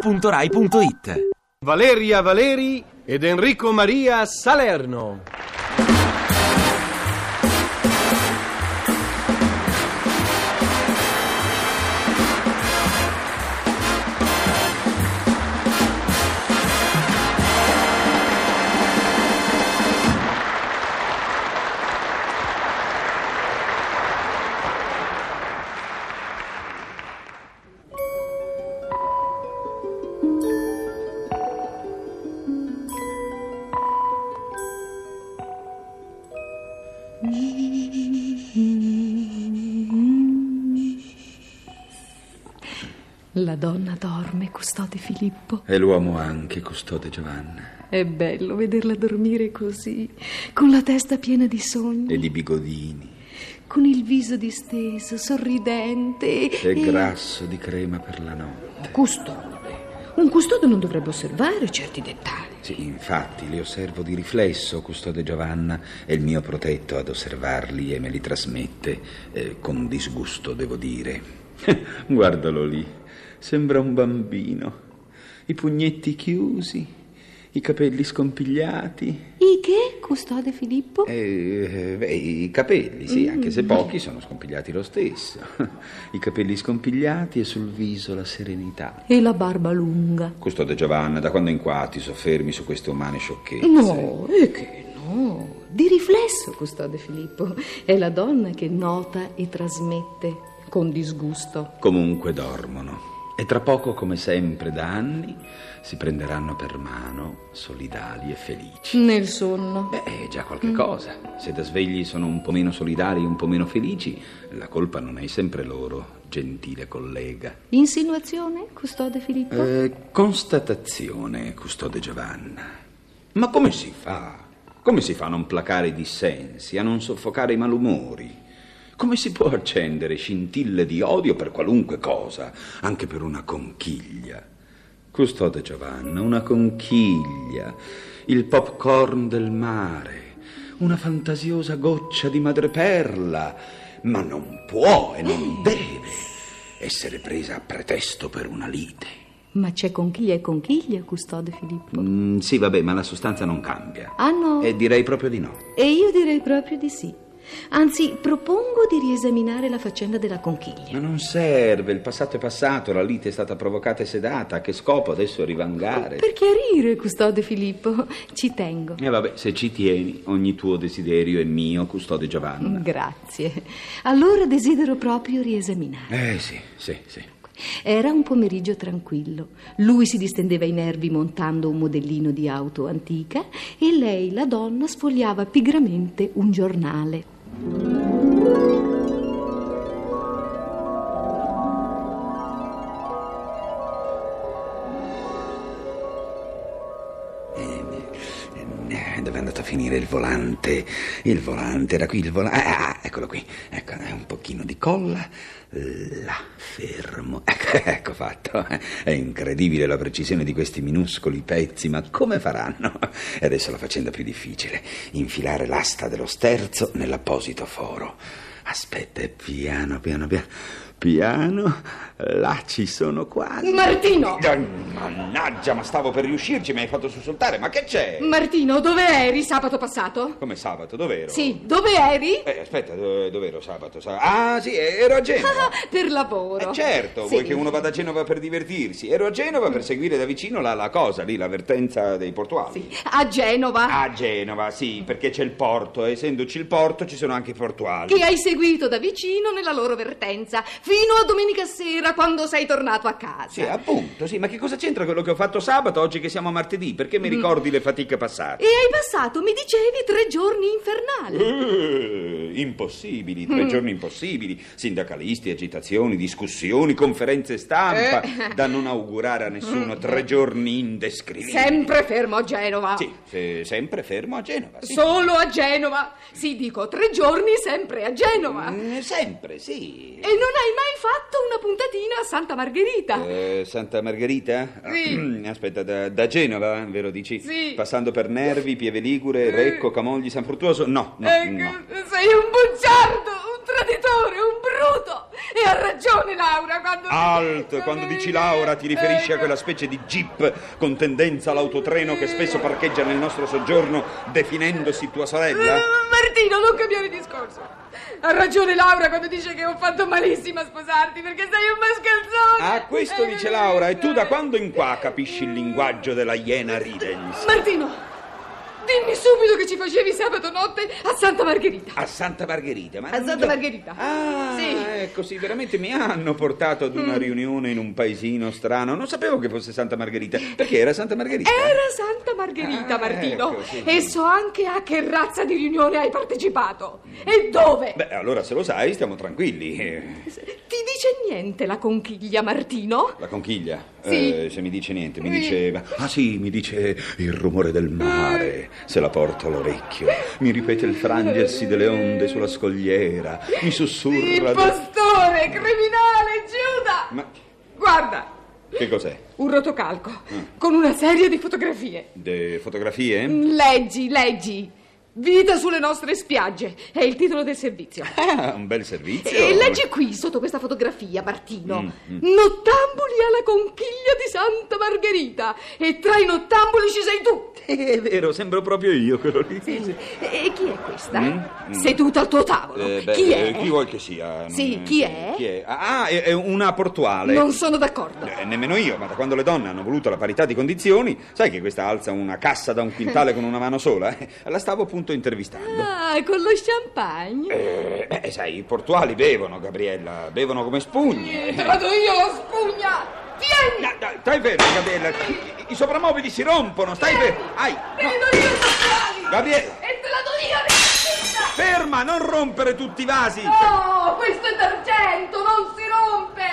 radio2pod.rai.it Valeria Valeri ed Enrico Maria Salerno. La donna dorme, custode Filippo. E l'uomo anche, custode Giovanna. È bello vederla dormire così, con la testa piena di sogni, E di bigodini. con il viso disteso, sorridente. E grasso di crema per la notte. Custode. Un custode non dovrebbe osservare certi dettagli. Sì, infatti, li osservo di riflesso, custode Giovanna. È il mio protetto ad osservarli e me li trasmette eh, con disgusto, devo dire. Guardalo lì. Sembra un bambino. I pugnetti chiusi, i capelli scompigliati. I che, custode Filippo? Eh, beh, i capelli, sì, anche se pochi, sono scompigliati lo stesso. I capelli scompigliati e sul viso la serenità. E la barba lunga. Custode Giovanna, da quando in qua ti soffermi su queste umane sciocchezze? No, e che no. Di riflesso, custode Filippo, è la donna che nota e trasmette con disgusto. Comunque dormono. E tra poco, come sempre da anni, si prenderanno per mano, solidali e felici. Nel sonno. Beh, è già qualche cosa. Se da svegli sono un po' meno solidali, un po' meno felici, la colpa non è sempre loro, gentile collega. Insinuazione, custode Filippo? Eh, constatazione, custode Giovanna. Ma come si fa? Come si fa a non placare i dissensi, a non soffocare i malumori? Come si può accendere scintille di odio per qualunque cosa, anche per una conchiglia? Custode Giovanna, una conchiglia, il popcorn del mare, una fantasiosa goccia di madreperla, ma non può e non deve essere presa a pretesto per una lite. Ma c'è conchiglia e conchiglia, custode Filippo. Mm, sì, vabbè, ma la sostanza non cambia. Ah no? E direi proprio di no. E io direi proprio di sì. Anzi, propongo di riesaminare la faccenda della conchiglia. Ma non serve, il passato è passato, la lite è stata provocata e sedata. A che scopo adesso rivangare? Per chiarire, custode Filippo, ci tengo. E vabbè, se ci tieni, ogni tuo desiderio è mio, custode Mm. Giovanna. Grazie. Allora desidero proprio riesaminare. Eh sì, sì, sì. Era un pomeriggio tranquillo. Lui si distendeva i nervi montando un modellino di auto antica e lei, la donna, sfogliava pigramente un giornale. Eh, Dove è andato a finire il volante? Il volante era qui, il volante. Ah, ah, eccolo qui. Ecco, eh, un pochino di colla. Là, fermo. Ecco, ecco fatto. È incredibile la precisione di questi minuscoli pezzi, ma come faranno? E adesso la faccenda più difficile: infilare l'asta dello sterzo nell'apposito foro. Aspetta, eh, piano, piano, piano. Piano, là ci sono quasi. Martino! Dai, Mannaggia, ma stavo per riuscirci, mi hai fatto sussultare, ma che c'è? Martino, dove eri sabato passato? Come sabato, dov'ero? Sì, dove eri? Eh, aspetta, do- dov'ero sabato? Sa- ah, sì, eh, ero a Genova. Per lavoro. Eh, Sì. certo, Mm. vuoi che uno vada a Genova per divertirsi? Ero a Genova per seguire da vicino la, la cosa lì, l'avvertenza dei portuali. Sì, a Genova. A Genova, sì, perché c'è il porto, e essendoci il porto ci sono anche i portuali. Che hai seguito da vicino nella loro vertenza, fino a domenica sera quando sei tornato a casa. Sì, appunto, sì, ma che cosa c'entra quello che ho fatto sabato oggi che siamo a martedì? Perché Mm. mi ricordi le fatiche passate? E hai passato, mi dicevi, tre giorni infernali. Eh, impossibili, tre Mm. giorni impossibili. Sindacalisti, agitazioni, discussioni, conferenze stampa. Eh. Da non augurare a nessuno Mm. tre giorni indescrivibili. Sempre fermo a Genova. Sì, se- sempre fermo a Genova. Sì. Solo a Genova. Sì, dico, tre giorni sempre a Genova. Mm, sempre, sì. E non hai mai fatto una puntatina a Santa Margherita. Eh, Santa Margherita? Mm, Sì. Aspetta, da, da Genova, ve lo dici? Sì. Passando per Nervi, Pieve Ligure, Recco, Camogli, San Fruttuoso? No, no, Eh, no. Sei un bugiardo, un traditore, un bruto. E ha ragione Laura quando Alt, quando dici Laura ti riferisci Eh, a quella specie di jeep con tendenza all'autotreno che spesso parcheggia nel nostro soggiorno definendosi tua sorella? eh, Martino, non cambiare discorso. Ha ragione Laura quando dice che ho fatto malissimo a sposarti perché sei un Eh, mascalzone. Ah, questo dice Laura, e tu da quando in qua capisci il linguaggio della Iena Ridens? Martino, dimmi subito che ci facevi sabato notte a Santa Margherita. A Santa Margherita, ma A non Santa do- Margherita. Ah, Sì. Mm. ecco, sì, veramente mi hanno portato ad una riunione in un paesino strano. Non sapevo che fosse Santa Margherita. Perché era Santa Margherita? Era Santa Margherita, Ah, Martino. ecco, sì. E so anche a che razza di riunione hai partecipato. E dove? Beh, allora se lo sai, stiamo tranquilli. Eh, Ti dice niente la conchiglia, Martino? La conchiglia, Sì. eh, se mi dice niente, mi Sì. dice... Ah sì, mi dice il rumore del mare, se la porto all'orecchio. Mi ripete il frangersi delle onde sulla scogliera. Mi sussurra... de- Impostore, criminale, Giuda! Ma Ah. Guarda, che cos'è? un rotocalco con una serie di fotografie. De Mm. fotografie? Leggi, leggi. Vita sulle nostre spiagge è il titolo del servizio. Ah, un bel servizio. E leggi qui sotto questa fotografia, Martino. Mm, Nottambuli alla conchiglia di Santa Margherita. E tra i nottambuli ci sei tu. È vero, sembro proprio io quello lì. E e chi è questa? Seduta al tuo tavolo. Mm, Eh, beh, chi è? eh, Chi vuoi che sia? non- Sì, chi è? Ah, è, è una portuale. Non sono d'accordo. Eh, nemmeno io, ma da quando le donne hanno voluto la parità di condizioni, sai che questa alza una cassa da un quintale con una mano sola? Eh, La stavo appunto intervistando. Ah, con lo champagne. Eh, beh, sai, i portuali bevono, Gabriella, bevono come spugne. Te vado io la spugna! Vieni! No, no, stai fermo, Gabriella, i, i soprammobili si rompono, stai fermo. Ai, Te no, li do io i sassolari! Gabriella, E te la do io la ferma, non rompere tutti i vasi. No, questo è d'argento, non si rompe!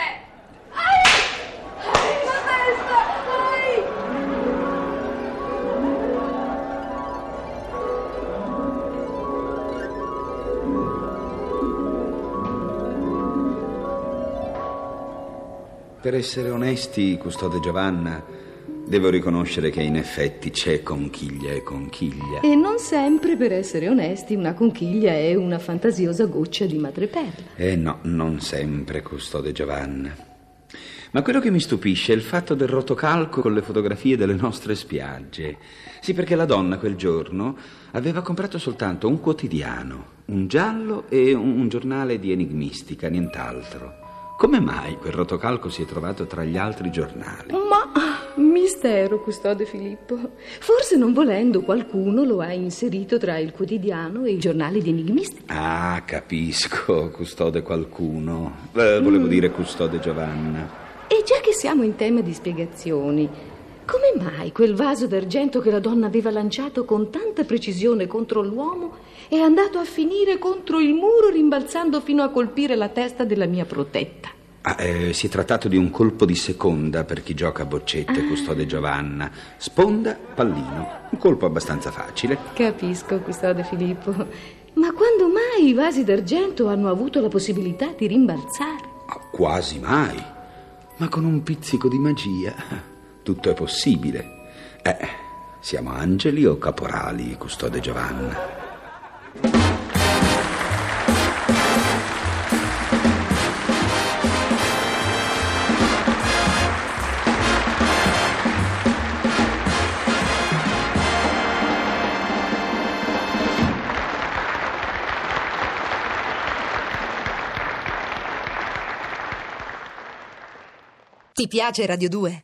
Ai! Ai, la testa! Ai! Per essere onesti, custode Giovanna, devo riconoscere che in effetti c'è conchiglia e conchiglia. E non sempre, per essere onesti, una conchiglia è una fantasiosa goccia di madreperla. Eh no, non sempre, custode Giovanna. Ma quello che mi stupisce è il fatto del rotocalco con le fotografie delle nostre spiagge. Sì, perché la donna quel giorno aveva comprato soltanto un quotidiano, un giallo e un, un giornale di enigmistica, nient'altro. Come mai quel rotocalco si è trovato tra gli altri giornali? Ma ah, mistero, custode Filippo. Forse non volendo qualcuno lo ha inserito tra il quotidiano e i giornali di enigmisti. Ah, capisco, custode qualcuno. Eh, volevo dire custode Giovanna. E già che siamo in tema di spiegazioni, come mai quel vaso d'argento che la donna aveva lanciato con tanta precisione contro l'uomo è andato a finire contro il muro rimbalzando fino a colpire la testa della mia protetta? Ah, eh, si è trattato di un colpo di seconda per chi gioca a boccette, custode Giovanna. Sponda, pallino. Un colpo abbastanza facile. Capisco, custode Filippo. Ma quando mai i vasi d'argento hanno avuto la possibilità di rimbalzare? Ah, quasi mai. Ma con un pizzico di magia. Tutto è possibile. Eh, siamo angeli o caporali, custode Giovanna? Ti piace Radio 2?